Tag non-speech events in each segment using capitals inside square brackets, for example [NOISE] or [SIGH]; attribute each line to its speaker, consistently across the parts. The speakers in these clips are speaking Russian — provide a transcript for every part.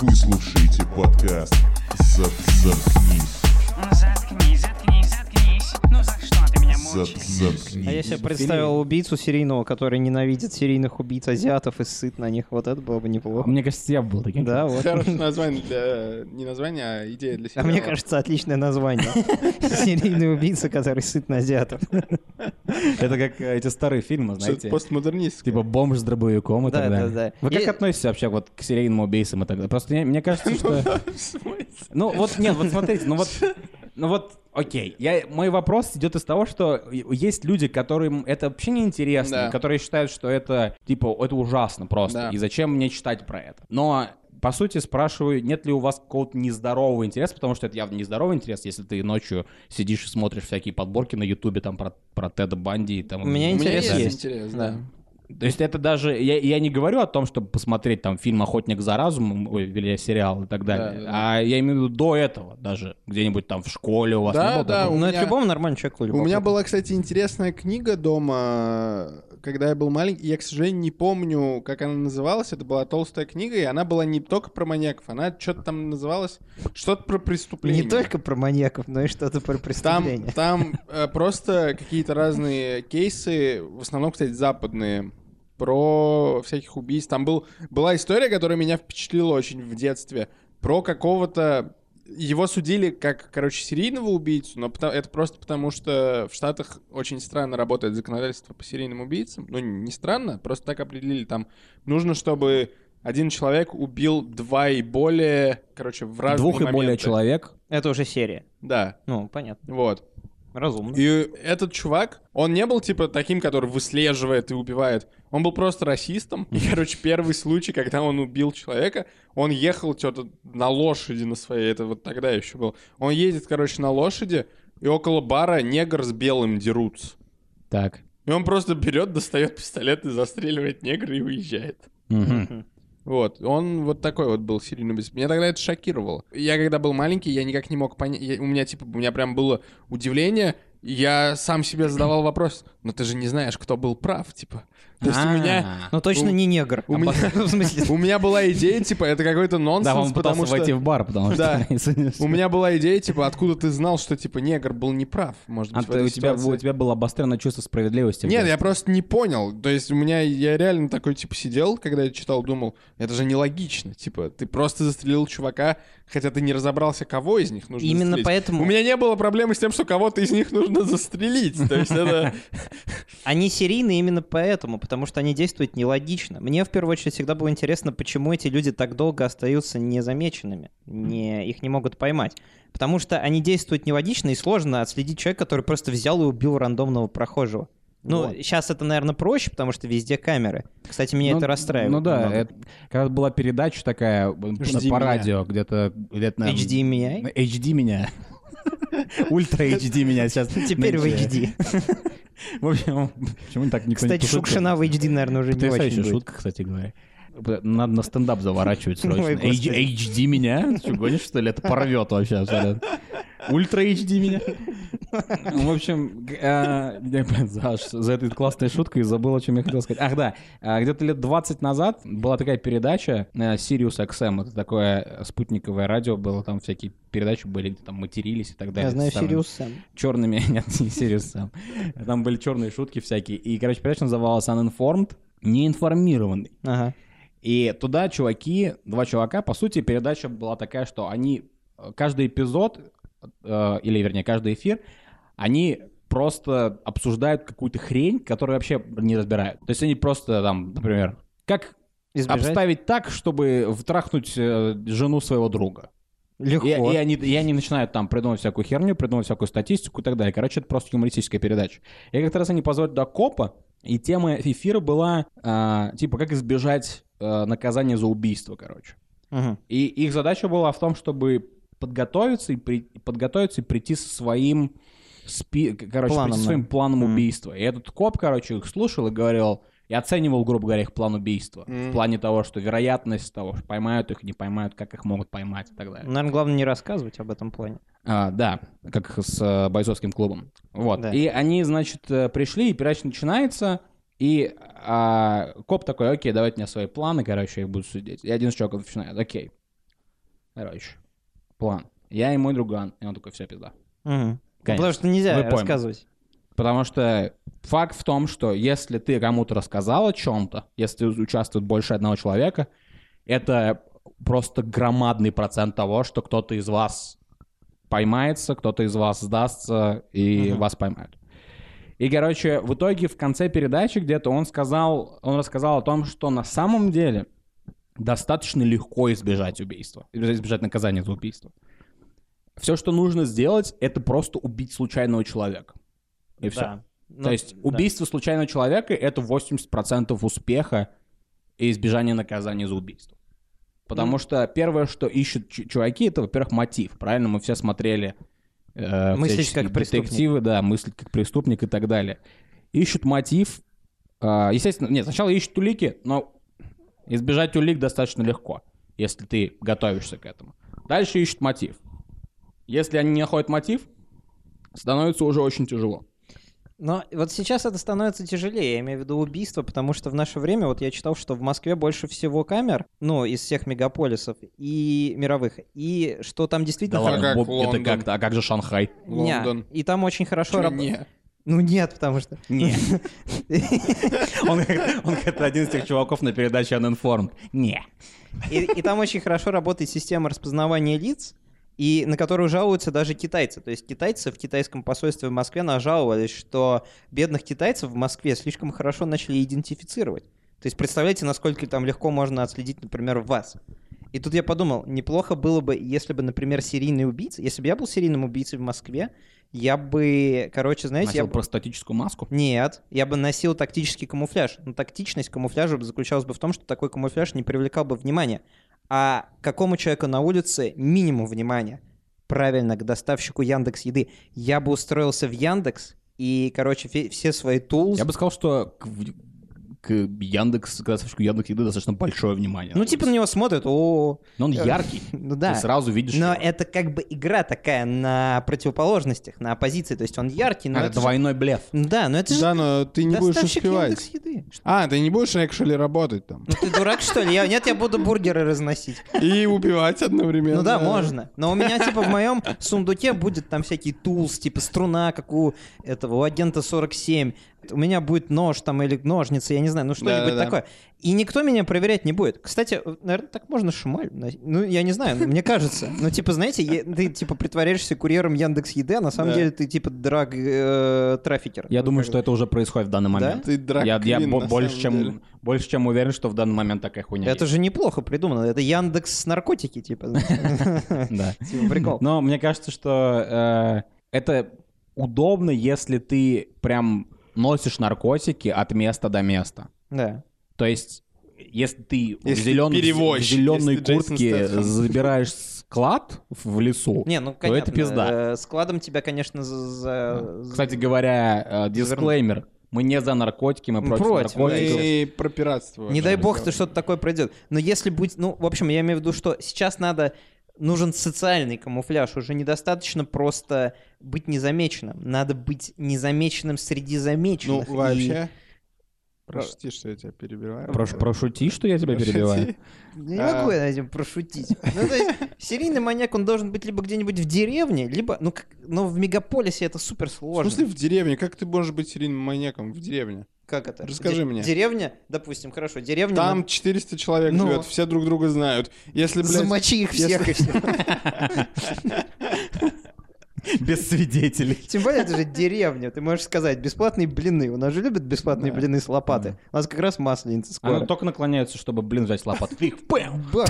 Speaker 1: Вы слушаете подкаст «Зап- «Заткнись».
Speaker 2: Ну заткнись, заткнись, заткнись. Ну за что ты меня
Speaker 1: «Зап-
Speaker 2: мучаешь?
Speaker 1: «Заткнись».
Speaker 3: А я себе представил убийцу серийного, который ненавидит серийных убийц азиатов и сыт на них. Вот это было бы неплохо.
Speaker 4: Мне кажется, я бы был таким.
Speaker 3: Да, вот.
Speaker 5: Хорошее название для... Не название, а идея для
Speaker 3: А
Speaker 5: сериала.
Speaker 3: мне кажется, отличное [LAUGHS] название. Серийный убийца, который сыт на азиатов.
Speaker 4: Это как э, эти старые фильмы,
Speaker 5: что
Speaker 4: знаете.
Speaker 5: постмодернистское.
Speaker 4: Типа бомж с дробовиком и
Speaker 3: Да,
Speaker 4: так
Speaker 3: да,
Speaker 4: далее.
Speaker 3: да.
Speaker 4: Вы
Speaker 3: И-
Speaker 4: как относитесь вообще вот к серийным убийцам и так далее? Просто мне, мне
Speaker 3: [LAUGHS]
Speaker 4: кажется, что... Ну вот, нет, вот смотрите, ну вот... Ну вот, окей. Я, мой вопрос идет из того, что и- есть люди, которым это вообще не интересно,
Speaker 5: Да.
Speaker 4: которые считают, что это, типа, это ужасно просто.
Speaker 5: Да.
Speaker 4: И зачем мне читать про это? Но по сути, спрашиваю, нет ли у вас какого-то нездорового интереса, потому что это явно нездоровый интерес, если ты ночью сидишь и смотришь всякие подборки на Ютубе там про, про Теда Банди и там.
Speaker 3: У меня
Speaker 5: У меня
Speaker 3: интерес
Speaker 5: есть
Speaker 3: есть.
Speaker 5: интерес,
Speaker 3: Да.
Speaker 5: да.
Speaker 4: То есть это даже... Я, я не говорю о том, чтобы посмотреть там фильм «Охотник за разумом» ой, или сериал и так далее.
Speaker 5: Да, да, да.
Speaker 4: А я имею в виду до этого даже. Где-нибудь там в школе у вас
Speaker 5: Да,
Speaker 4: не было
Speaker 5: да,
Speaker 4: такого?
Speaker 5: у
Speaker 3: Ну, это
Speaker 5: меня-
Speaker 3: любому нормальному человеку.
Speaker 5: У меня
Speaker 3: любопытно.
Speaker 5: была, кстати, интересная книга дома, когда я был маленький. Я, к сожалению, не помню, как она называлась. Это была толстая книга, и она была не только про маньяков, она что-то там называлась, что-то про преступление.
Speaker 3: Не только про маньяков, но и что-то про
Speaker 5: Там,
Speaker 3: преступления.
Speaker 5: там э, просто какие-то разные кейсы, в основном, кстати, западные, про всяких убийств. Там был, была история, которая меня впечатлила очень в детстве, про какого-то... Его судили как, короче, серийного убийцу, но пото- это просто потому, что в Штатах очень странно работает законодательство по серийным убийцам. Ну, не странно, просто так определили. Там нужно, чтобы один человек убил два и более, короче, в разные
Speaker 4: Двух и более
Speaker 5: моменты.
Speaker 4: человек.
Speaker 3: Это уже серия.
Speaker 5: Да,
Speaker 3: Ну, понятно.
Speaker 5: вот.
Speaker 3: Разумно.
Speaker 5: И этот чувак, он не был типа таким, который выслеживает и убивает. Он был просто расистом. И, короче, первый случай, когда он убил человека, он ехал что-то на лошади на своей, это вот тогда еще был. Он едет, короче, на лошади, и около бара негр с белым дерутся.
Speaker 4: Так.
Speaker 5: И он просто берет, достает пистолет и застреливает негра и уезжает.
Speaker 4: Мгм.
Speaker 3: Мгм.
Speaker 5: Вот, он вот такой вот был серийный убийца. Меня тогда это шокировало. Я когда был маленький, я никак не мог понять. я- У меня типа, у меня прям было удивление. Я сам себе задавал вопрос, но ты же не знаешь, кто был прав, типа. То есть у меня,
Speaker 4: А.
Speaker 3: Ну, точно
Speaker 5: у-
Speaker 3: не негр.
Speaker 5: у меня-
Speaker 3: [LAUGHS] В смысле,
Speaker 5: у меня была идея, типа, это какой-то
Speaker 4: Да,
Speaker 5: нонсенс,
Speaker 4: он
Speaker 5: потому
Speaker 4: пытался
Speaker 5: что
Speaker 4: войти в бар, потому
Speaker 5: [LAUGHS] Да.
Speaker 4: что...
Speaker 5: у меня была идея, типа, откуда ты знал, что типа негр был неправ, может
Speaker 4: А
Speaker 5: быть. в
Speaker 4: ты-
Speaker 5: этой
Speaker 4: у тебя
Speaker 5: ситуации.
Speaker 4: у тебя было обостренное чувство справедливости? в
Speaker 5: Нет, я
Speaker 4: детстве?
Speaker 5: просто не понял. То есть у меня, я реально такой, типа, сидел, когда я читал, думал, это же нелогично. Типа, ты просто застрелил чувака, хотя ты не разобрался, кого из них нужно
Speaker 3: Именно
Speaker 5: застрелить.
Speaker 3: поэтому-
Speaker 5: У меня не было проблемы с тем, что кого-то из них нужно застрелить. То есть это...
Speaker 3: [LAUGHS] Они серийные именно поэтому, потому что они действуют нелогично. Мне в первую очередь всегда было интересно, почему эти люди так долго остаются незамеченными, не, их не могут поймать. Потому что они действуют нелогично и сложно отследить человека, который просто взял и убил рандомного прохожего. Ну,
Speaker 4: Вот.
Speaker 3: сейчас это, наверное, проще, потому что везде камеры. Кстати, меня
Speaker 4: Ну,
Speaker 3: это расстраивает.
Speaker 4: Ну да,
Speaker 3: немного.
Speaker 4: это- когда была передача такая м,
Speaker 5: Жди
Speaker 4: по
Speaker 5: меня.
Speaker 4: радио, где-то лет, наверное, ну,
Speaker 3: HD меня.
Speaker 4: HD меня. [LAUGHS] Ультра HD меня сейчас.
Speaker 3: Теперь в
Speaker 4: нынче.
Speaker 3: HD.
Speaker 4: [LAUGHS] В общем, почему так никто не
Speaker 3: Кстати,
Speaker 4: пошутил?
Speaker 3: Шукшина в HD, наверное, уже не
Speaker 4: Потрясающая
Speaker 3: очень будет.
Speaker 4: шутка, кстати говоря. Надо на стендап заворачивать срочно.
Speaker 3: Ой,
Speaker 4: H-
Speaker 3: господи.
Speaker 4: HD меня? Что, гонишь, что ли? Это порвет вообще абсолютно. Ультра HD меня. Ну, В общем, г- а, я, блин, за, за этой классной шуткой забыл, о чем я хотел сказать. Ах, да. а, Где-то лет 20 назад была такая передача э, Sirius XM. Это такое спутниковое радио было. Там всякие передачи были, где там матерились и так далее.
Speaker 3: Я знаю
Speaker 4: Старые
Speaker 3: Сириус сам.
Speaker 4: черными, [LAUGHS] нет, не Сириус сам. Там были черные шутки всякие. И, короче, передача называлась Uninformed, неинформированный.
Speaker 3: Ага.
Speaker 4: И туда чуваки, два чувака, по сути, передача была такая, что они э, каждый эпизод, э, или, вернее, каждый эфир, они просто обсуждают какую-то хрень, которую вообще не разбирают. То есть они просто там, например, как
Speaker 3: Избежать?
Speaker 4: обставить так, чтобы втрахнуть э, жену своего друга. И,
Speaker 3: Легко.
Speaker 4: и они, и они начинают там придумывать всякую херню, придумывать всякую статистику и так далее. Короче, это просто юмористическая передача. И как-то раз они позвали до копа, и тема эфира была, а, типа, как избежать а, наказания за убийство, короче.
Speaker 3: Мгм.
Speaker 4: И их задача была в том, чтобы подготовиться и, при- подготовиться и прийти со своим, спи- короче,
Speaker 3: Планом,
Speaker 4: прийти со своим
Speaker 3: да.
Speaker 4: планом
Speaker 3: Мгм.
Speaker 4: убийства. И этот коп, короче, их слушал и говорил, и оценивал, грубо говоря, их план убийства. В
Speaker 5: Мгм.
Speaker 4: плане того, что вероятность того, что поймают их, не поймают, как их могут поймать и так далее.
Speaker 3: Наверное, главное не рассказывать об этом плане.
Speaker 4: А, да, как с э, бойцовским клубом. Вот.
Speaker 3: Да.
Speaker 4: И они, значит, э, пришли, и передача начинается, и а, коп такой, окей, давайте мне свои планы, короче, я их буду судить. И один из чуваков начинает, окей, короче, план. Я и мой друган. И он такой, все, пизда.
Speaker 3: Мгм.
Speaker 4: Конечно.
Speaker 3: Потому что нельзя
Speaker 4: Вы пойманы.
Speaker 3: рассказывать.
Speaker 4: Потому что факт в том, что если ты кому-то рассказал о чем-то, если участвует больше одного человека, это просто громадный процент того, что кто-то из вас поймается, кто-то из вас сдастся и
Speaker 3: Мгм.
Speaker 4: вас поймают. И, короче, в итоге в конце передачи где-то он сказал, он рассказал о том, что на самом деле достаточно легко избежать убийства, избежать наказания за убийство. Все, что нужно сделать, это просто убить случайного человека. И все.
Speaker 3: Да. Ну,
Speaker 4: То есть
Speaker 3: да.
Speaker 4: убийство случайного человека — это 80% успеха и избежание наказания за убийство. Потому что первое, что ищут чу- чуваки, это, во-первых, мотив. Правильно, мы все смотрели э,
Speaker 3: Мыслить
Speaker 4: всяческие
Speaker 3: как преступник.
Speaker 4: детективы, да, мыслить как преступник и так далее. Ищут мотив. э, естественно, нет, сначала ищут улики, но избежать улик достаточно легко, если ты готовишься к этому. Дальше ищут мотив. Если они не находят мотив, становится уже очень тяжело.
Speaker 3: Но вот сейчас это становится тяжелее, я имею в виду убийство, потому что в наше время, вот я читал, что в Москве больше всего камер, ну, из всех мегаполисов и мировых, и что там действительно...
Speaker 4: Да
Speaker 3: хоро-
Speaker 4: ладно,
Speaker 5: как
Speaker 4: Боб, это
Speaker 5: Лондон.
Speaker 4: как-то, а как же Шанхай?
Speaker 3: Ня.
Speaker 5: Лондон.
Speaker 3: И там очень хорошо
Speaker 5: Чё
Speaker 3: раб-
Speaker 5: не?
Speaker 3: Ну нет, потому что... [LAUGHS]
Speaker 4: [LAUGHS] Не. Он, он как один из тех чуваков на передаче Uninformed. Не.
Speaker 3: И, и там очень хорошо работает система распознавания лиц, и на которую жалуются даже китайцы. То есть китайцы в китайском посольстве в Москве нажаловались, что бедных китайцев в Москве слишком хорошо начали идентифицировать. То есть представляете, насколько там легко можно отследить, например, вас. И тут я подумал, неплохо было бы, если бы, например, серийный убийца, если бы я был серийным убийцей в Москве, я бы, короче, знаете, я
Speaker 4: Носил
Speaker 3: бы-
Speaker 4: простатическую маску.
Speaker 3: нет, я бы носил тактический камуфляж. Но тактичность камуфляжа бы заключалась бы в том, что такой камуфляж не привлекал бы внимания. А какому человеку на улице минимум внимания? Правильно, к доставщику Яндекс еды. Я бы устроился в Яндекс и, короче, фе- все свои тулз...
Speaker 4: Я бы сказал, что к, в- к Яндекс, к доставщику Яндекс еды достаточно большое внимание.
Speaker 3: Ну, типа на него смотрят, о,
Speaker 4: Но он яркий.
Speaker 3: ну да.
Speaker 4: Ты сразу видишь.
Speaker 3: Но
Speaker 4: его.
Speaker 3: это как бы игра такая на противоположностях, на оппозиции. То есть он яркий, но
Speaker 4: А, это,
Speaker 3: это же-
Speaker 4: двойной блеф.
Speaker 3: Ну Да, но это же
Speaker 5: Да, но ты не будешь
Speaker 3: доставщик Яндекс
Speaker 5: успевать.
Speaker 3: еды.
Speaker 5: А, ты не будешь экшели работать там.
Speaker 3: Ну ты дурак, что ли? Я... Нет, я буду бургеры разносить.
Speaker 5: И убивать одновременно.
Speaker 3: Ну да, можно. Но у меня, типа, в моем сундуке будет там всякий тулс, типа струна, как у этого, у агента 47. У меня будет нож там или ножницы, я не знаю, ну что-нибудь
Speaker 5: Да-да-да.
Speaker 3: такое. И никто меня проверять не будет. Кстати, наверное, так можно шмаль. носить. Ну, я не знаю, мне кажется. Ну, типа, знаете, е- ты, типа, притворяешься курьером Яндекс Еды, а на самом
Speaker 5: Да.
Speaker 3: деле ты, типа, драг э, трафикер.
Speaker 4: Я
Speaker 3: Ну,
Speaker 4: думаю,
Speaker 3: как
Speaker 4: что это уже происходит в данный момент.
Speaker 5: Ты драк
Speaker 4: Я, я бо- больше, чем, больше чем уверен, что в данный момент такая
Speaker 3: бы.
Speaker 4: хуйня
Speaker 3: Это же неплохо придумано. Это Яндекс наркотики,
Speaker 4: [LAUGHS]
Speaker 3: типа. знаешь.
Speaker 4: есть. Да.
Speaker 3: Типа, Прикол.
Speaker 4: Но мне кажется, что э, это удобно, если ты прям носишь наркотики от места до места.
Speaker 3: Да.
Speaker 4: То есть, если ты
Speaker 5: Если
Speaker 4: в, зелен- в
Speaker 5: перевозчик,
Speaker 4: зеленой
Speaker 5: если Джейсон
Speaker 4: куртке
Speaker 5: Стэтхэм.
Speaker 4: забираешь склад в лесу.
Speaker 3: Не, ну
Speaker 4: то
Speaker 3: конечно.
Speaker 4: это пизда.
Speaker 3: э, Складом тебя, конечно, за- за... за-
Speaker 4: Кстати говоря, э, дисклеймер. Мы не за наркотики, мы
Speaker 3: Мы
Speaker 4: против,
Speaker 3: против,
Speaker 4: наркотиков.
Speaker 5: И про пиратство.
Speaker 3: Не дай бог, ты что-то такое пройдет. Но если будет, ну, в общем, я имею в виду, что сейчас надо нужен социальный камуфляж. Уже недостаточно просто быть незамеченным. Надо быть незамеченным среди
Speaker 5: Ну,
Speaker 3: замеченных. И-
Speaker 5: вообще... Прости, что я тебя перебиваю.
Speaker 4: Прошу, прошути, что я тебя
Speaker 5: [LAUGHS]
Speaker 4: перебиваю.
Speaker 3: Я не могу
Speaker 5: А.
Speaker 3: я этим прошутить. Ну, то есть, серийный маньяк, он должен быть либо где-нибудь в деревне, либо, ну, как- но в мегаполисе это супер
Speaker 5: В
Speaker 3: сложно.
Speaker 5: смысле в деревне? Как ты можешь быть серийным маньяком в деревне?
Speaker 3: Как это?
Speaker 5: Расскажи
Speaker 3: Де-
Speaker 5: мне.
Speaker 3: Деревня, допустим, хорошо, деревня...
Speaker 5: Там 400 человек
Speaker 3: Ну.
Speaker 5: живет, все друг друга знают. Если,
Speaker 3: ну,
Speaker 5: блядь... [LAUGHS]
Speaker 3: Замочи их всех и все.
Speaker 4: Без свидетелей.
Speaker 3: Тем более, это же деревня. Ты можешь сказать, бесплатные блины. У нас же любят бесплатные
Speaker 4: Да. А ну,
Speaker 3: блины с лопаты.
Speaker 4: Мгм.
Speaker 3: У нас как раз масленица
Speaker 4: Она
Speaker 3: скоро.
Speaker 4: только наклоняется, чтобы, блин, взять лопату. Фиг, пэм.
Speaker 3: Ба.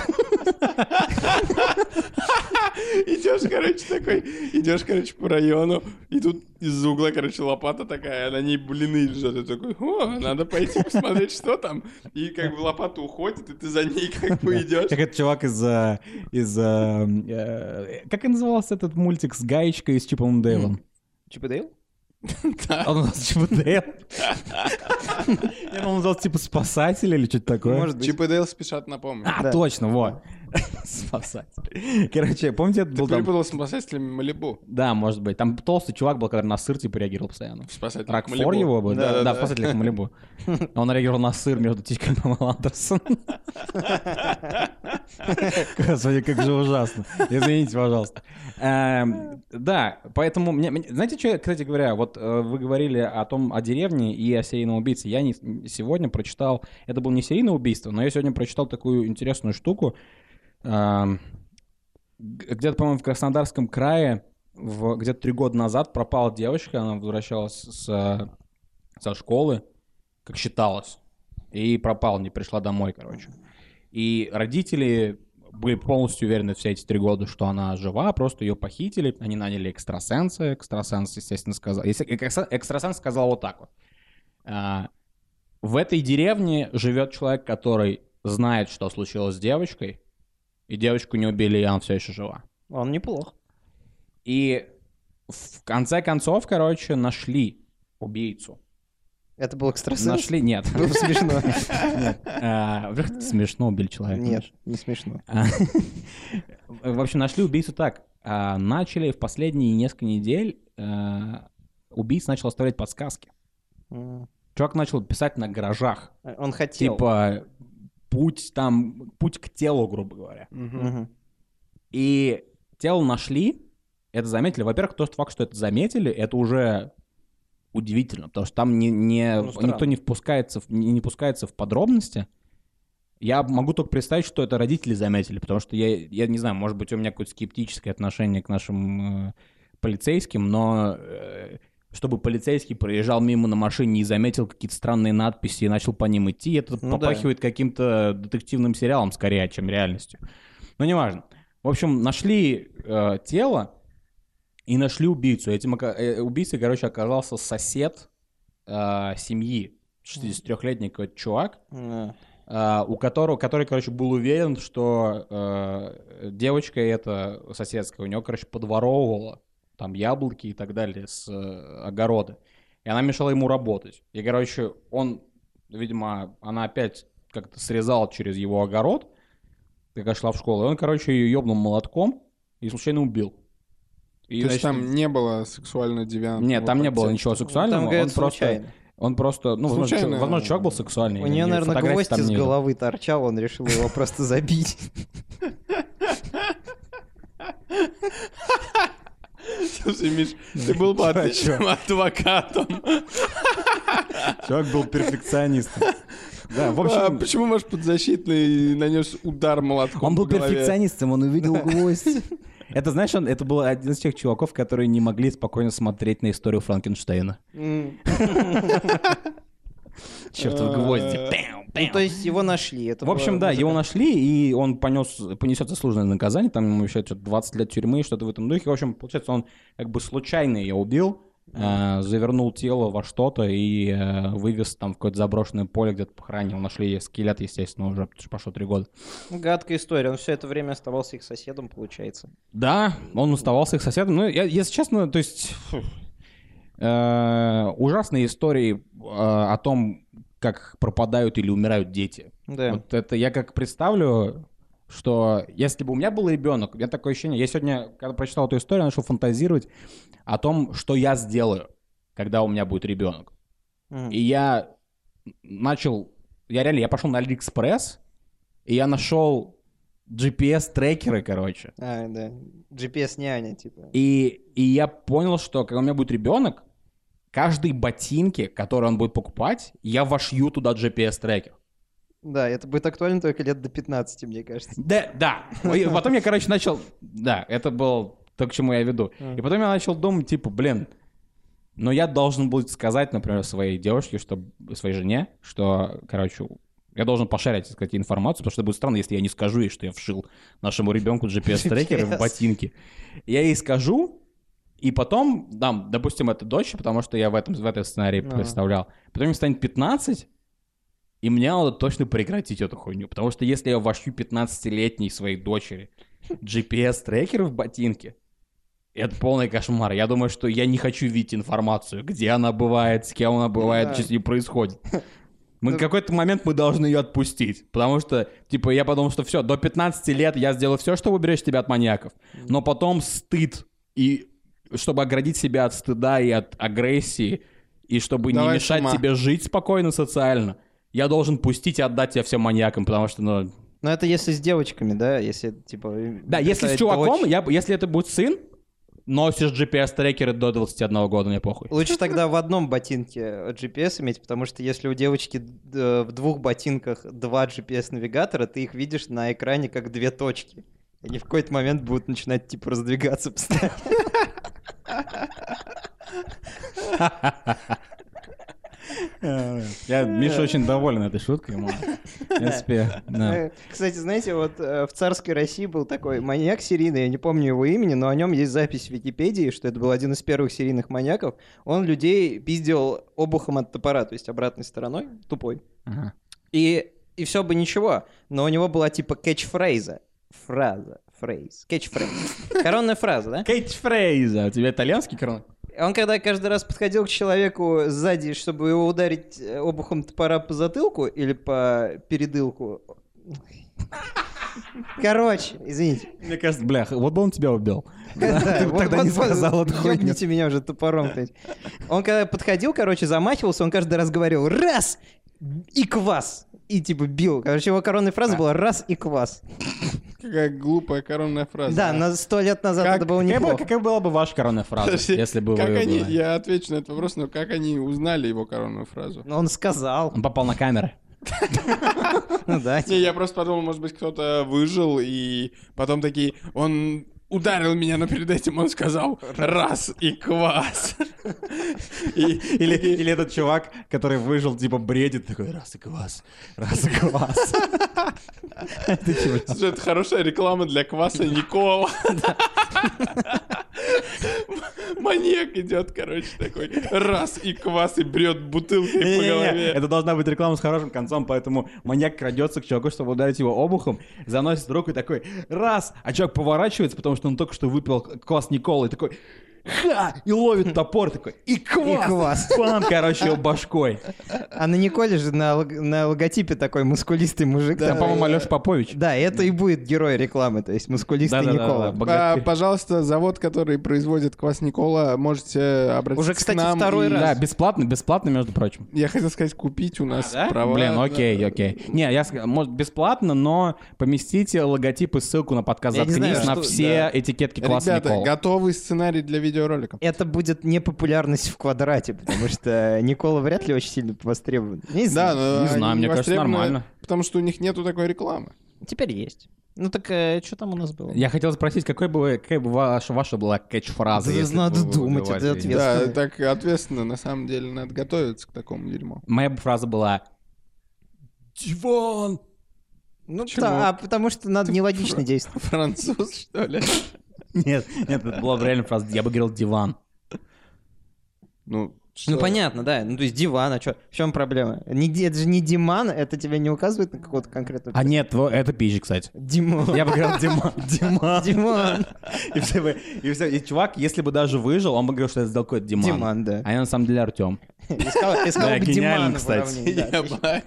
Speaker 5: Идешь, короче, такой, идешь, короче, по району, и тут из-за угла, короче, лопата такая, а на ней блины лежат, и такой, о, надо пойти посмотреть, что там. И как бы лопата уходит, и ты за ней как бы идешь.
Speaker 4: Как этот чувак из... э, из э, э, как и назывался этот мультик с гаечкой и с Чипом и Дейлом?
Speaker 3: Чип
Speaker 4: типа
Speaker 3: и Дейл?
Speaker 5: Да.
Speaker 4: Он назывался Чип и Дейл. Я думал, он назывался типа спасатель или что-то такое.
Speaker 3: Может быть.
Speaker 5: Чип и Дейл спешат на помощь.
Speaker 4: А,
Speaker 3: да.
Speaker 4: точно, вот. [LAUGHS] Спасатель. Короче, помните, это
Speaker 5: Ты
Speaker 4: был там...
Speaker 5: перепутал с спасателями Малибу.
Speaker 4: Да, может быть. Там толстый чувак был, который на сыр типа реагировал постоянно.
Speaker 5: Спасатель
Speaker 4: Рокфор его был? Да, да, в спасателях [LAUGHS] Малибу. Он реагировал на сыр между тичками Памела Андерсон. [LAUGHS] Господи, как же ужасно. Извините, пожалуйста. Эм, Да, поэтому... мне- мне- Знаете, что, кстати говоря, вот э, вы говорили о том, о деревне и о серийном убийце. Я не- сегодня прочитал... Это было не серийное убийство, но я сегодня прочитал такую интересную штуку. Эм, г- Где-то, по-моему, в Краснодарском крае в- где-то три года назад пропала девочка, она возвращалась с, э, со школы, как считалось, и пропала, не пришла домой, короче. И родители были полностью уверены все эти три года, что она жива, просто ее похитили, они наняли экстрасенса, экстрасенс, естественно, сказал, если- экстра- экстрасенс сказал вот так вот. А, В этой деревне живет человек, который знает, что случилось с девочкой, и девочку не убили, и она все еще жива.
Speaker 3: Он неплох.
Speaker 4: И в конце концов, короче, нашли убийцу.
Speaker 3: Это был экстрасенс?
Speaker 4: Нашли? Нет.
Speaker 3: Было бы
Speaker 4: [LAUGHS]
Speaker 3: смешно.
Speaker 4: А, вряд ли Смешно убили человека.
Speaker 3: Нет, не смешно.
Speaker 4: А, В общем, нашли убийцу так. А, Начали в последние несколько недель а, убийца начал оставлять подсказки.
Speaker 3: М.
Speaker 4: Чувак начал писать на гаражах.
Speaker 3: Он хотел.
Speaker 4: Типа путь там, путь к телу, грубо говоря.
Speaker 3: Мгм.
Speaker 4: И тело нашли, это заметили. Во-первых, тот факт, что это заметили, это уже удивительно, потому что там не, не-
Speaker 3: Ну, странно.
Speaker 4: никто не впускается, в- не, не пускается в подробности. Я могу только представить, что это родители заметили, потому что я, я не знаю, может быть, у меня какое-то скептическое отношение к нашим э, полицейским, но э, чтобы полицейский проезжал мимо на машине и заметил какие-то странные надписи и начал по ним идти, это
Speaker 3: Ну да.
Speaker 4: попахивает каким-то детективным сериалом скорее, чем реальностью. Но неважно. В общем, нашли э, тело и нашли убийцу. Этим ока- э, убийцей, короче, оказался сосед э, семьи, 63-летний какой-то чувак,
Speaker 3: Да.
Speaker 4: а, у которого, который, короче, был уверен, что э, девочка эта соседская у него, короче, подворовывала там яблоки и так далее с э, огорода. И она мешала ему работать. И, короче, он, видимо, она опять как-то срезала через его огород, когда шла в школу. И он, короче, ее ебнул молотком и случайно убил. И,
Speaker 5: То есть
Speaker 4: значит,
Speaker 5: там не было сексуального девианта?
Speaker 4: Нет, там не было ничего сексуального.
Speaker 3: Ну, Там,
Speaker 4: он
Speaker 3: говорят,
Speaker 4: просто...
Speaker 3: случайно.
Speaker 4: Он просто... Ну, возможно,
Speaker 5: Случайно.
Speaker 4: чё- возможно, чувак был сексуальный.
Speaker 3: У нее, наверное,
Speaker 4: фотографий
Speaker 3: гвоздь
Speaker 4: там
Speaker 3: из
Speaker 4: не было.
Speaker 3: головы торчал, он решил его просто забить.
Speaker 4: [LAUGHS]
Speaker 5: Слушай,
Speaker 4: [LAUGHS]
Speaker 5: Миш, [LAUGHS] ты был бы отличным адвокатом.
Speaker 4: Чувак был перфекционистом. Да, в
Speaker 5: А
Speaker 4: общем,
Speaker 5: Почему, может, подзащитный нанес удар молотком
Speaker 4: он был
Speaker 5: по голове?
Speaker 4: перфекционистом,
Speaker 3: [LAUGHS]
Speaker 4: он увидел гвоздь. Это, знаешь, он, это был один из тех чуваков, которые не могли спокойно смотреть на историю Франкенштейна.
Speaker 3: М.
Speaker 4: Чертов гвозди.
Speaker 5: Э,
Speaker 4: Пэм,
Speaker 3: Ну,
Speaker 4: пэм.
Speaker 3: то есть его нашли. это
Speaker 4: В общем,
Speaker 3: была
Speaker 4: да,
Speaker 3: музыка.
Speaker 4: его нашли, и он понес, понесет заслуженное наказание, там ему еще что-то 20 лет тюрьмы, что-то в этом духе. В общем, получается, он как бы случайно ее убил, э, завернул тело во что-то и э, вывез там в какое-то заброшенное поле, где-то похоронил. Нашли ей скелет, естественно, уже, потому что прошло три года.
Speaker 3: Гадкая история. Он все это время оставался их соседом, получается.
Speaker 4: Да, он оставался их соседом. Ну, я, если честно, то есть фу, э, ужасные истории э, о том, как пропадают или умирают дети.
Speaker 3: Да.
Speaker 4: Вот это я как представлю, что если бы у меня был ребенок, у меня такое ощущение, я сегодня, когда прочитал эту историю, начал фантазировать о том, что я сделаю, когда у меня будет ребенок.
Speaker 3: М.
Speaker 4: И я начал, я реально, я пошел на Алиэкспресс, и я нашел GPS-трекеры, короче.
Speaker 3: А, да. GPS-няня, типа.
Speaker 4: И, и я понял, что когда у меня будет ребенок, каждой ботинке, которую он будет покупать, я вошью туда GPS-трекер.
Speaker 3: Да, это будет актуально только лет до 15, мне кажется.
Speaker 4: Да, да. И Потом я, короче, начал... Да, это был то, к чему я веду. И потом я начал думать, типа, блин, но я должен был сказать, например, своей девушке, что своей жене, что, короче, я должен пошарить, так сказать, информацию, потому что будет странно, если я не скажу ей, что я вшил нашему ребенку GPS-трекеры в
Speaker 3: GPS.
Speaker 4: ботинки. Я ей скажу, и потом, дам, допустим, это дочь, потому что я в этом, в этом сценарии
Speaker 3: Ага.
Speaker 4: представлял. Потом мне станет 15, и мне надо точно прекратить эту хуйню. Потому что если я вошью 15-летней своей дочери GPS-трекер в ботинке, это полный кошмар. Я думаю, что я не хочу видеть информацию, где она бывает, с кем она бывает,
Speaker 3: Ну да. [LAUGHS] Ну
Speaker 4: что с ней происходит. Мы в какой-то момент мы должны ее отпустить. Потому что, типа, я подумал, что все, до 15 лет я сделаю все, чтобы уберечь тебя от маньяков. Но потом стыд. И чтобы оградить себя от стыда и от агрессии, и чтобы не
Speaker 5: Давай с
Speaker 4: мешать
Speaker 5: ума.
Speaker 4: тебе жить спокойно социально, я должен пустить и отдать тебя всем маньякам, потому что, ну...
Speaker 3: Но это если с девочками, да, если типа...
Speaker 4: Да, если с чуваком, я, бы- если это будет сын, носишь GPS-трекеры до 21 года, мне похуй.
Speaker 3: Лучше тогда в одном ботинке GPS иметь, потому что если у девочки э, в двух ботинках два GPS-навигатора, ты их видишь на экране как две точки. Они в какой-то момент будут начинать типа раздвигаться постоянно.
Speaker 4: [LAUGHS]
Speaker 3: [LAUGHS]
Speaker 4: Я, Миша очень доволен этой шуткой. ему. В принципе, да.
Speaker 3: Э, Кстати, знаете, вот э, в царской России был такой маньяк серийный, я не помню его имени, но о нем есть запись в Википедии, что это был один из первых серийных маньяков. Он людей пиздил обухом от топора, то есть обратной стороной, тупой.
Speaker 4: Ага.
Speaker 3: И, и все бы ничего, но у него была типа кэтч-фрейза. Фраза, фрейз, кэтч-фрейз. Коронная фраза, да?
Speaker 4: Кейтч-фрейза. У тебя итальянский крон?
Speaker 3: Он когда каждый раз подходил к человеку сзади, чтобы его ударить э, обухом топора по затылку или по передылку. Короче, извините.
Speaker 4: Мне кажется, бля, вот бы он тебя убил.
Speaker 3: Да,
Speaker 4: Ты
Speaker 3: [LAUGHS]
Speaker 4: бы
Speaker 3: вот-
Speaker 4: тогда не
Speaker 3: вот- вот
Speaker 4: сказал эту хуйню.
Speaker 3: ёбните меня уже топором. то есть. Он когда подходил, короче, замахивался, он каждый раз говорил «раз» и «квас». И типа бил. Короче, его коронная
Speaker 4: А.
Speaker 3: фраза была «раз» и «квас».
Speaker 5: Какая глупая коронная фраза.
Speaker 3: Да,
Speaker 4: ну,
Speaker 3: на сто лет назад
Speaker 5: Как-
Speaker 3: это было
Speaker 4: Какая была,
Speaker 3: неплохо.
Speaker 4: какая была бы ваша коронная фраза,
Speaker 5: [LAUGHS] Подожди,
Speaker 4: если бы
Speaker 5: как
Speaker 4: вы
Speaker 5: они,
Speaker 4: убивали?
Speaker 5: я отвечу на этот вопрос, но как они узнали его коронную фразу?
Speaker 3: Но он сказал.
Speaker 4: Он попал на камеры.
Speaker 3: Ну да,
Speaker 5: Не, я просто подумал, может быть, кто-то выжил, и потом такие, он ударил меня, но перед этим он сказал «раз и квас». [LAUGHS] И-
Speaker 4: Или, или этот чувак, который выжил, типа, бредит, такой, раз и квас, раз и квас. Ты чего?
Speaker 5: Слушай, это хорошая реклама для кваса Никола. Маньяк идет, короче, такой раз и квас и брет бутылкой по
Speaker 4: Не-не-не,
Speaker 5: голове.
Speaker 4: это должна быть реклама с хорошим концом, поэтому маньяк крадется к чуваку, чтобы ударить его обухом, заносит руку и такой раз, а чувак поворачивается, потому что он только что выпил квас Николы, и такой ха, и ловит топор такой, и квас,
Speaker 3: И квас.
Speaker 4: Пам, короче, его башкой.
Speaker 3: А на Николе же на, лог- на логотипе такой мускулистый мужик.
Speaker 4: Там,
Speaker 3: такой.
Speaker 4: по-моему, Алеша Попович.
Speaker 3: Да, это и будет герой рекламы, то есть мускулистый
Speaker 4: Да-да-да,
Speaker 3: Никола.
Speaker 5: А,
Speaker 4: богатырь.
Speaker 5: Пожалуйста, завод, который производит квас Никола, можете обратиться
Speaker 3: Уже,
Speaker 5: к
Speaker 3: кстати,
Speaker 5: нам
Speaker 3: второй
Speaker 5: и-
Speaker 3: раз.
Speaker 4: Да, бесплатно, бесплатно, между прочим.
Speaker 5: Я хотел сказать, купить у нас
Speaker 4: Да?
Speaker 5: права.
Speaker 4: Блин, окей, окей. Не, я сказал, может, бесплатно, но поместите логотип и ссылку на подкаст
Speaker 3: Я не
Speaker 4: «Заткнись»
Speaker 3: знаю,
Speaker 4: на
Speaker 3: что-
Speaker 4: все
Speaker 5: да.
Speaker 4: этикетки класса
Speaker 5: Ребята,
Speaker 4: Никола.
Speaker 5: готовый сценарий для видеоролика.
Speaker 3: Это будет непопулярность в квадрате, потому что Никола вряд ли очень сильно востребован. Не
Speaker 5: Да,
Speaker 3: знаю.
Speaker 5: но
Speaker 4: не знаю,
Speaker 5: они
Speaker 4: мне кажется,
Speaker 5: востребованы,
Speaker 4: нормально.
Speaker 5: Потому что у них нету такой рекламы.
Speaker 3: Теперь есть. Ну так что там у нас было?
Speaker 4: Я хотел спросить, какой бы, какая бы ваша, ваша была кэч-фраза?
Speaker 3: Да
Speaker 4: если бы
Speaker 3: надо
Speaker 4: вы
Speaker 3: думать, это
Speaker 4: выбивали
Speaker 3: ответ.
Speaker 4: ее?
Speaker 5: Да,
Speaker 3: Ответственно.
Speaker 5: так ответственно, на самом деле, надо готовиться к такому дерьму. [LAUGHS]
Speaker 4: Моя бы фраза была «Диван!»
Speaker 3: Ну
Speaker 5: Почему?
Speaker 3: да, а потому что надо нелогично действовать.
Speaker 5: Француз, что ли?
Speaker 4: Нет, нет, это была бы реально фраза, я бы говорил «диван».
Speaker 5: Ну,
Speaker 3: Ну
Speaker 5: что-
Speaker 3: понятно, да. Ну то есть диван, а что? В чем проблема? Не, ди- это же не Диман, это тебя не указывает на какого-то конкретного...
Speaker 4: А нет, во- это пизжи, кстати.
Speaker 3: Димон. [LAUGHS]
Speaker 4: Я бы говорил «Диман». «Диман».
Speaker 3: Диман.
Speaker 4: И, все бы- и все- и чувак, если бы даже выжил, он бы говорил, что это сделал какой-то Диман.
Speaker 3: Диман, да.
Speaker 4: А я на самом деле Артем.
Speaker 3: А Искал, искал
Speaker 4: Да,
Speaker 3: бы
Speaker 4: гениально,
Speaker 3: Димана в
Speaker 4: кстати.
Speaker 3: уравнении, да.
Speaker 5: Ебать.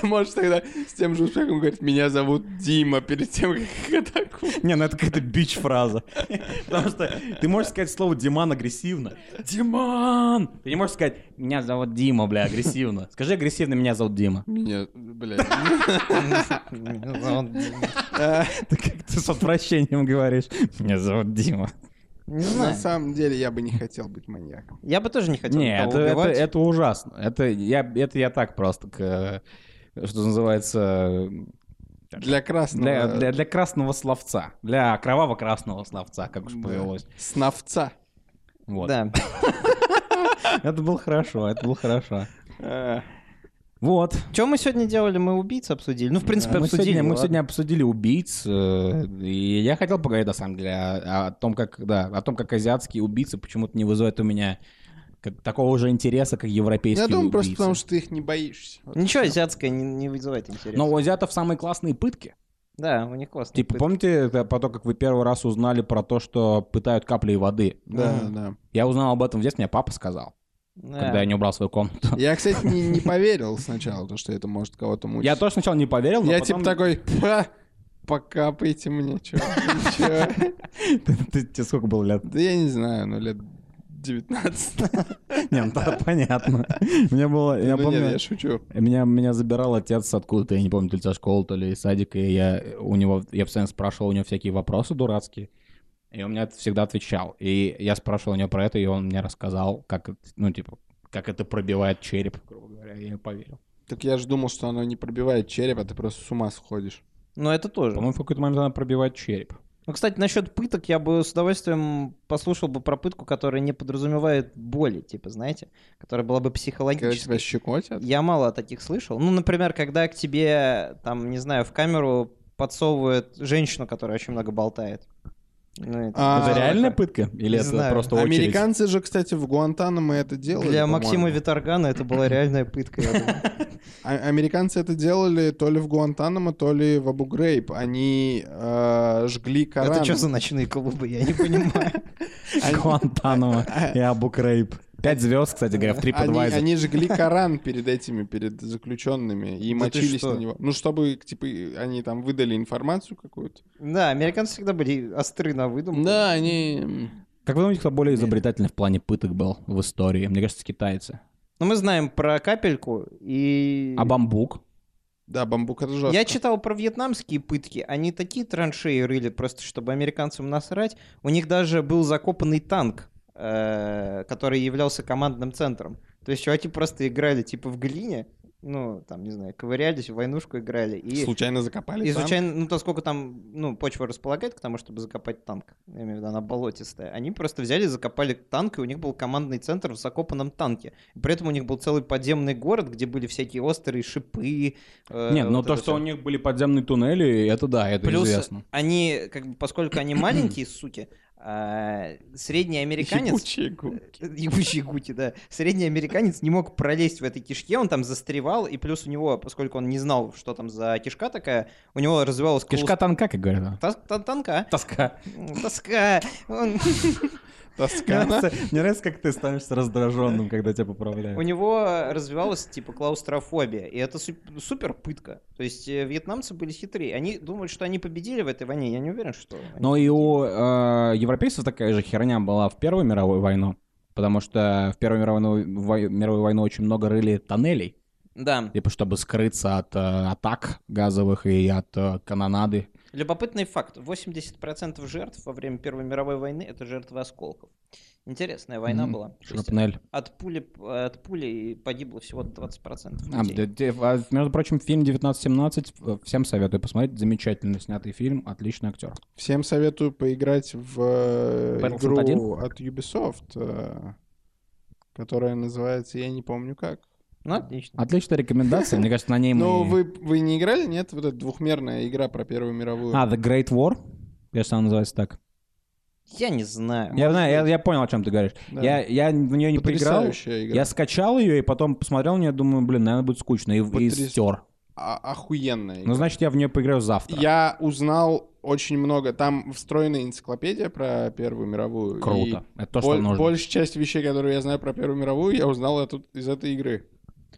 Speaker 5: Ты можешь тогда с тем же успехом говорить, меня зовут Дима, перед тем, как их атакуют.
Speaker 4: Не, ну это какая-то бич-фраза. Потому что ты можешь сказать слово «Диман» агрессивно. «Диман!» Ты не можешь сказать «Меня зовут Дима», бля, агрессивно. Скажи агрессивно «Меня зовут [LAUGHS] Дима».
Speaker 5: Меня, [LAUGHS] блядь.
Speaker 4: Ты как ты с отвращением говоришь. Меня зовут Дима. Ну,
Speaker 3: Не
Speaker 5: На
Speaker 3: знаю.
Speaker 5: самом деле, я бы не хотел быть маньяком.
Speaker 3: Я бы тоже не хотел
Speaker 4: Не,
Speaker 3: никого
Speaker 4: это, это,
Speaker 3: убивать.
Speaker 4: это ужасно. Это я, это я так просто, к, э, что называется,
Speaker 5: Для красного...
Speaker 4: для, для, для красного словца. Для кроваво-красного словца, как уж
Speaker 5: Да.
Speaker 4: повелось.
Speaker 5: Сновца.
Speaker 4: Вот.
Speaker 3: Да.
Speaker 4: Это было хорошо, это было хорошо.
Speaker 5: Э,
Speaker 4: Вот.
Speaker 3: Что мы сегодня делали? Мы убийц обсудили. Ну, в принципе,
Speaker 4: мы
Speaker 3: обсудили.
Speaker 4: Сегодня, мы
Speaker 3: ладно.
Speaker 4: сегодня обсудили убийц, э, и я хотел поговорить, на самом деле, о, о том, как, да, о том, как азиатские убийцы почему-то не вызывают у меня как- такого же интереса, как европейские
Speaker 5: Я думаю, просто
Speaker 4: убийцы.
Speaker 5: потому что ты их не боишься. Вот.
Speaker 3: Ничего азиатское не, не вызывает интерес.
Speaker 4: Но у азиатов самые классные пытки.
Speaker 3: Да, у них классно.
Speaker 4: Ну, Типа, помните, это по то, как вы первый раз узнали про то, что пытают каплей воды?
Speaker 5: Да, да.
Speaker 4: Я узнал об этом в детстве, мне папа сказал.
Speaker 3: Да.
Speaker 4: когда я не убрал свою комнату.
Speaker 5: Я, кстати, не, не поверил сначала, то, что это может кого-то мучить.
Speaker 4: Я тоже сначала не поверил, но
Speaker 5: Я
Speaker 4: потом-
Speaker 5: типа такой, «Ха, покапайте мне, чё, [LAUGHS] чё».
Speaker 4: [LAUGHS] Ты- Тебе сколько было лет?
Speaker 5: Да я не знаю, ну лет 19.
Speaker 4: Не, ну да, понятно. [LAUGHS] Мне было, я
Speaker 5: Ну, нет,
Speaker 4: помню,
Speaker 5: я шучу.
Speaker 4: меня, меня забирал отец откуда-то, я не помню, то ли со школы, то ли из садика, и я у него, я постоянно спрашивал у него всякие вопросы дурацкие, и он мне от- всегда отвечал. И я спрашивал у него про это, и он мне рассказал, как, это, ну, типа, как это пробивает череп, грубо говоря, я ему поверил.
Speaker 5: Так я же думал, что оно не пробивает череп, а ты просто с ума сходишь.
Speaker 3: Ну, это тоже.
Speaker 4: По-моему, в какой-то момент она пробивает череп.
Speaker 3: Ну, кстати, насчет пыток я бы с удовольствием послушал бы про пытку, которая не подразумевает боли, типа, знаете, которая была бы
Speaker 5: Когда тебя
Speaker 3: психологической.
Speaker 5: щекотят.
Speaker 3: Я мало о таких слышал. Ну, например, когда к тебе, там, не знаю, в камеру подсовывают женщину, которая очень много болтает. Ну, это-
Speaker 5: А,
Speaker 4: это реальная
Speaker 3: такое.
Speaker 4: пытка? Или
Speaker 3: Не
Speaker 4: это
Speaker 3: знаю.
Speaker 4: просто очередь?
Speaker 5: Американцы же, кстати, в Гуантанамо это делали.
Speaker 3: Для
Speaker 5: по-моему.
Speaker 3: Максима Виторгана это была реальная пытка. я думаю.
Speaker 5: А- Американцы это делали то ли в Гуантанамо, то ли в Абу Грейб. Они э, жгли Коран.
Speaker 3: Это что за ночные клубы, я не понимаю.
Speaker 4: [LAUGHS] Гуантанамо и Абу Крейб. Пять звезд, кстати говоря, в
Speaker 5: Они,
Speaker 4: TripAdvisor.
Speaker 5: они жгли Коран перед этими, перед заключенными и
Speaker 3: Да ты
Speaker 5: мочились
Speaker 3: что?
Speaker 5: на него. Ну, чтобы, типа, и- они там выдали информацию какую-то.
Speaker 3: Да, американцы всегда были остры на выдумку.
Speaker 5: Да, они...
Speaker 4: Как вы думаете, кто более изобретательный в плане пыток был в истории? Мне кажется, китайцы.
Speaker 3: Но мы знаем про капельку и...
Speaker 4: А бамбук?
Speaker 5: Да, бамбук это жестко.
Speaker 3: Я читал про вьетнамские пытки. Они такие траншеи рыли, просто чтобы американцам насрать. У них даже был закопанный танк, э, который являлся командным центром. То есть чуваки просто играли типа в глине, ну, там, не знаю, ковырялись, в войнушку играли. И,
Speaker 5: Случайно закопали
Speaker 3: и
Speaker 5: танк?
Speaker 3: случайно, ну, то сколько там, ну, почва располагает к тому, чтобы закопать танк, я имею в виду, она болотистая. Они просто взяли, закопали танк, и у них был командный центр в закопанном танке. При этом у них был целый подземный город, где были всякие острые шипы. э,
Speaker 4: Нет, но
Speaker 3: вот
Speaker 4: то,
Speaker 3: это
Speaker 4: что
Speaker 3: всё.
Speaker 4: у них были подземные туннели, это да, это
Speaker 3: Плюс
Speaker 4: известно.
Speaker 3: они, как бы, поскольку они маленькие, суки, а, средний американец...
Speaker 5: Ебучие гу-
Speaker 3: Ебучие гути, да. Средний американец не мог пролезть в этой кишке, он там застревал, и плюс у него, поскольку он не знал, что там за кишка такая, у него развивалась
Speaker 4: Кишка танка, как говорят.
Speaker 3: клаус- та- та- танка.
Speaker 4: Тоска.
Speaker 3: Тоска. Он-
Speaker 5: Тоска.
Speaker 3: [LAUGHS]
Speaker 4: Мне нравится, как ты становишься раздраженным, когда тебя поправляют.
Speaker 3: У него развивалась, типа, клаустрофобия, и это суп- супер пытка. То есть э, вьетнамцы были хитрые. Они думают, что они победили в этой войне, я не уверен, что... они
Speaker 4: Но Ну и у э, европейцев такая же херня была в Первую мировую войну, потому что в Первую мировую, вой- мировую войну очень много рыли тоннелей,
Speaker 3: Да.
Speaker 4: типа чтобы скрыться от э, атак газовых и от э, канонады.
Speaker 3: Любопытный факт. 80% жертв во время Первой мировой войны это жертвы осколков. Интересная война
Speaker 4: М,
Speaker 3: была. То есть
Speaker 4: Шрапнель.
Speaker 3: От пули, от пули погибло всего 20%.
Speaker 4: А,
Speaker 3: людей.
Speaker 4: да, те- а, между прочим, фильм 1917 э, всем советую посмотреть. Замечательно снятый фильм, отличный актер.
Speaker 5: Всем советую поиграть в э,
Speaker 4: Battlefront
Speaker 5: игру
Speaker 4: 1?
Speaker 5: от Ubisoft, э, которая называется, я не помню как.
Speaker 3: Ну, отлично.
Speaker 4: Отличная рекомендация, мне кажется, на ней
Speaker 5: Но
Speaker 4: мы...
Speaker 5: Ну, вы, вы не играли, нет? Вот эта двухмерная игра про Первую мировую.
Speaker 4: А, The Great War? Кажется, она называется так.
Speaker 3: Я не знаю.
Speaker 4: Я знаю, я, я понял, о чем ты говоришь.
Speaker 5: Да.
Speaker 4: Я, я в нее не поиграл.
Speaker 5: Потрясающая игра.
Speaker 4: Я скачал ее и потом посмотрел на нее, думаю, блин, наверное, будет скучно. И, и
Speaker 5: Потряс-
Speaker 4: стер.
Speaker 5: А- охуенная игра.
Speaker 4: Ну, значит, я в нее поиграю завтра.
Speaker 5: Я узнал очень много. Там встроена энциклопедия про Первую мировую.
Speaker 4: Круто. Это то,
Speaker 5: И
Speaker 4: что
Speaker 5: боль-
Speaker 4: нужно.
Speaker 5: большая часть вещей, которые я знаю про Первую мировую, я узнал эту- из этой игры.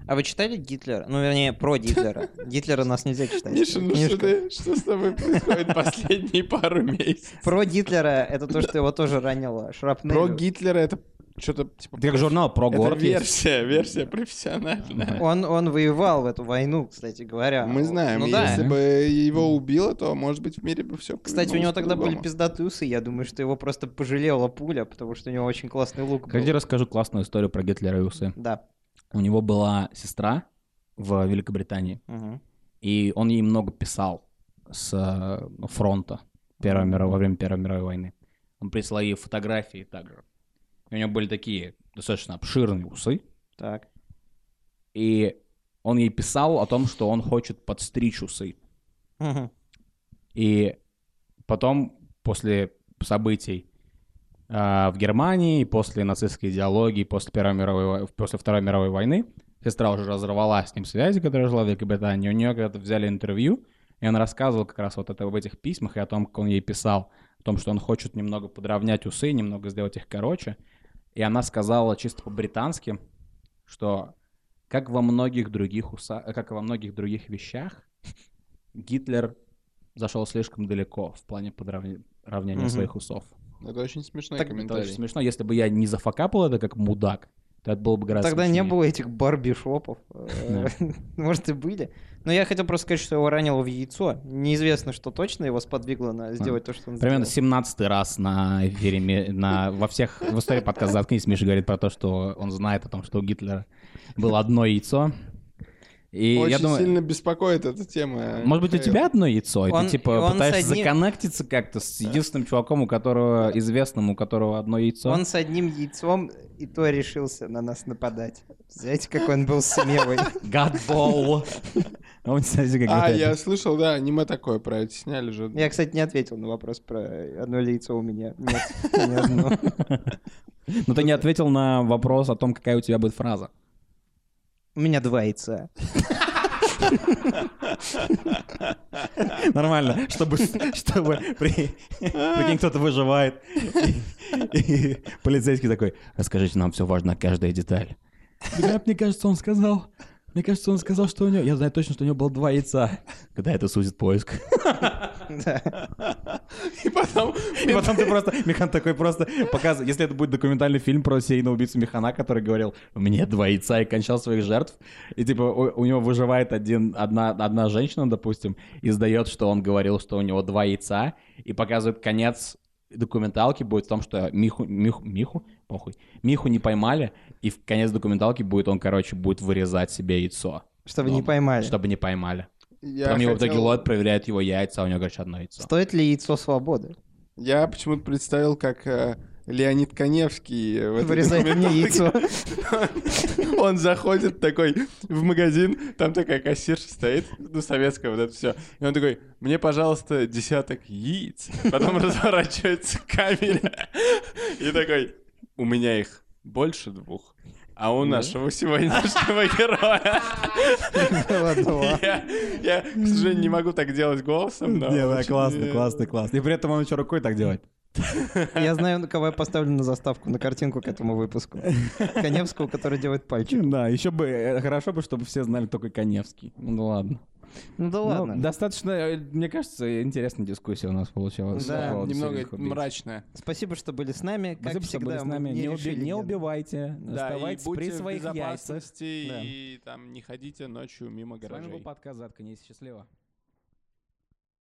Speaker 3: А вы читали Гитлера? Ну, вернее, про Гитлера. Гитлера нас нельзя читать.
Speaker 5: Миша, ну что,
Speaker 3: Книжка.
Speaker 5: ты- что с тобой происходит последние пару месяцев?
Speaker 3: Про Гитлера это то, что его тоже ранило. Шрапнель.
Speaker 5: Про Гитлера это что-то типа...
Speaker 4: Это как журнал про
Speaker 5: это
Speaker 4: город есть.
Speaker 5: версия, версия профессиональная.
Speaker 3: Он, он воевал в эту войну, кстати говоря.
Speaker 5: Мы знаем,
Speaker 3: Ну да.
Speaker 5: если бы его убило, то, может быть, в мире бы все
Speaker 3: Кстати, у него тогда были пиздатые усы, я думаю, что его просто пожалела пуля, потому что у него очень классный лук был.
Speaker 4: Как я расскажу классную историю про Гитлера и усы.
Speaker 3: Да.
Speaker 4: У него была сестра в Великобритании.
Speaker 3: Мгм.
Speaker 4: И он ей много писал с э, фронта Первой мировой, во время Первой мировой войны. Он прислал ей фотографии также. И у него были такие достаточно обширные усы.
Speaker 3: Так.
Speaker 4: И он ей писал о том, что он хочет подстричь усы.
Speaker 3: Мгм.
Speaker 4: И потом, после событий а, в Германии, после нацистской идеологии, после, Первой мировой, вой- после Второй мировой войны, сестра уже разорвала с ним связи, которая жила в Великобритании. У нее когда-то взяли интервью, и он рассказывал как раз вот это, об этих письмах и о том, как он ей писал, о том, что он хочет немного подровнять усы, немного сделать их короче. И она сказала чисто по-британски, что как во многих других уса- как и во многих других вещах, Гитлер зашел слишком далеко в плане подравнения
Speaker 3: Мгм.
Speaker 4: своих усов.
Speaker 5: Это очень смешной
Speaker 4: Так, это
Speaker 5: комментарий.
Speaker 4: очень смешно. Если бы я не зафакапал это как мудак, то это было бы гораздо
Speaker 3: Тогда не
Speaker 4: смешнее.
Speaker 3: было этих барби-шопов. Э, [LAUGHS] Может, и были. Но я хотел просто сказать, что его ранило в яйцо. Неизвестно, что точно его сподвигло
Speaker 5: А.
Speaker 3: на сделать то, что он
Speaker 4: Примерно
Speaker 3: сделал.
Speaker 4: 17 раз на эфире, ми- на, во всех, в истории подкаста «Заткнись», Миша говорит про то, что он знает о том, что у Гитлера было одно яйцо. И я
Speaker 5: Очень
Speaker 4: думаю,
Speaker 5: сильно беспокоит эта тема.
Speaker 4: может быть, у
Speaker 5: Михаил.
Speaker 4: тебя одно яйцо, и
Speaker 3: Он-
Speaker 4: ты, типа,
Speaker 3: он с
Speaker 4: пытаешься
Speaker 3: одним-
Speaker 4: законнектиться как-то с единственным чуваком, у которого, известным, у которого одно яйцо.
Speaker 3: Он с одним яйцом и то решился на нас нападать. Знаете, как он был смелый. [LAUGHS]
Speaker 4: Гадбол. Он, кстати, как
Speaker 5: А,
Speaker 4: это-
Speaker 5: я слышал, да, аниме такое про это сняли же.
Speaker 3: Я, кстати, не ответил на вопрос про одно ли яйцо у меня. Нет, ни одно.
Speaker 4: Но ты не ответил на вопрос о том, какая у тебя будет фраза.
Speaker 3: У меня два яйца.
Speaker 4: [LAUGHS] Нормально, чтобы, чтобы при- прикинь, кто-то выживает. И, и полицейский такой, расскажите, нам все важно, каждая деталь. мне кажется, он сказал, мне кажется, он сказал, что у него, я знаю точно, что у него было два яйца. Когда это сузит поиск.
Speaker 3: Да.
Speaker 5: И потом...
Speaker 4: И потом ты просто, Михан такой просто показывает, если это будет документальный фильм про серийного убийцу Михана, который говорил, у меня два яйца и кончал своих жертв, и типа у, у него выживает один, одна, одна женщина, допустим, и сдает, что он говорил, что у него два яйца, и показывает конец документалки будет в том, что Миху, Миху, Миху, похуй, Миху не поймали, и в конец документалки будет он, короче, будет вырезать себе яйцо,
Speaker 3: Чтобы не
Speaker 4: Дома.
Speaker 3: поймали.
Speaker 4: чтобы не поймали.
Speaker 5: Э, Я
Speaker 4: Потом его в итоге
Speaker 5: хотел-
Speaker 4: ловят, проверяют его яйца, а у него, короче, одно яйцо.
Speaker 3: Стоит ли яйцо свободы?
Speaker 5: Я почему-то представил, как э, Леонид Коневский в этой
Speaker 3: Вырезать мне яйцо.
Speaker 5: документалке. Он заходит такой в магазин, там такая кассирша стоит, ну, советская, вот это все. И он такой, мне, пожалуйста, десяток яиц. Потом разворачивается камера и такой, у меня их больше двух, а у нашего сегодняшнего героя.
Speaker 3: Было два.
Speaker 5: Я, я, к сожалению, не могу так делать голосом, но...
Speaker 4: Не, да,
Speaker 5: очень,
Speaker 4: классно,
Speaker 5: э,
Speaker 4: классно, классно. И при этом он еще рукой так делает.
Speaker 3: Я знаю, на кого я поставлю на заставку, на картинку к этому выпуску. Коневского, который делает пальчик.
Speaker 4: Да, еще бы, э, хорошо бы, чтобы все знали только Коневский. Ну ладно.
Speaker 3: Ну да
Speaker 4: Ну,
Speaker 3: ладно.
Speaker 4: достаточно, э, мне кажется, интересная дискуссия у нас получилась.
Speaker 3: Да,
Speaker 4: по поводу
Speaker 5: Немного
Speaker 4: серийных убийц.
Speaker 5: мрачное.
Speaker 3: Спасибо, что были с нами. Как
Speaker 4: Спасибо, что
Speaker 3: всегда,
Speaker 4: были с нами.
Speaker 3: мы
Speaker 4: Не, уби-
Speaker 3: решили
Speaker 4: не
Speaker 3: ни-
Speaker 4: убивайте,
Speaker 5: Да, и
Speaker 4: оставайтесь при
Speaker 5: будьте в
Speaker 4: своих яйцах.
Speaker 5: безопасности,
Speaker 4: Да.
Speaker 5: и там не ходите ночью мимо
Speaker 4: С вами был
Speaker 5: гаражей.
Speaker 4: подкаст «Заткнись». Счастливо.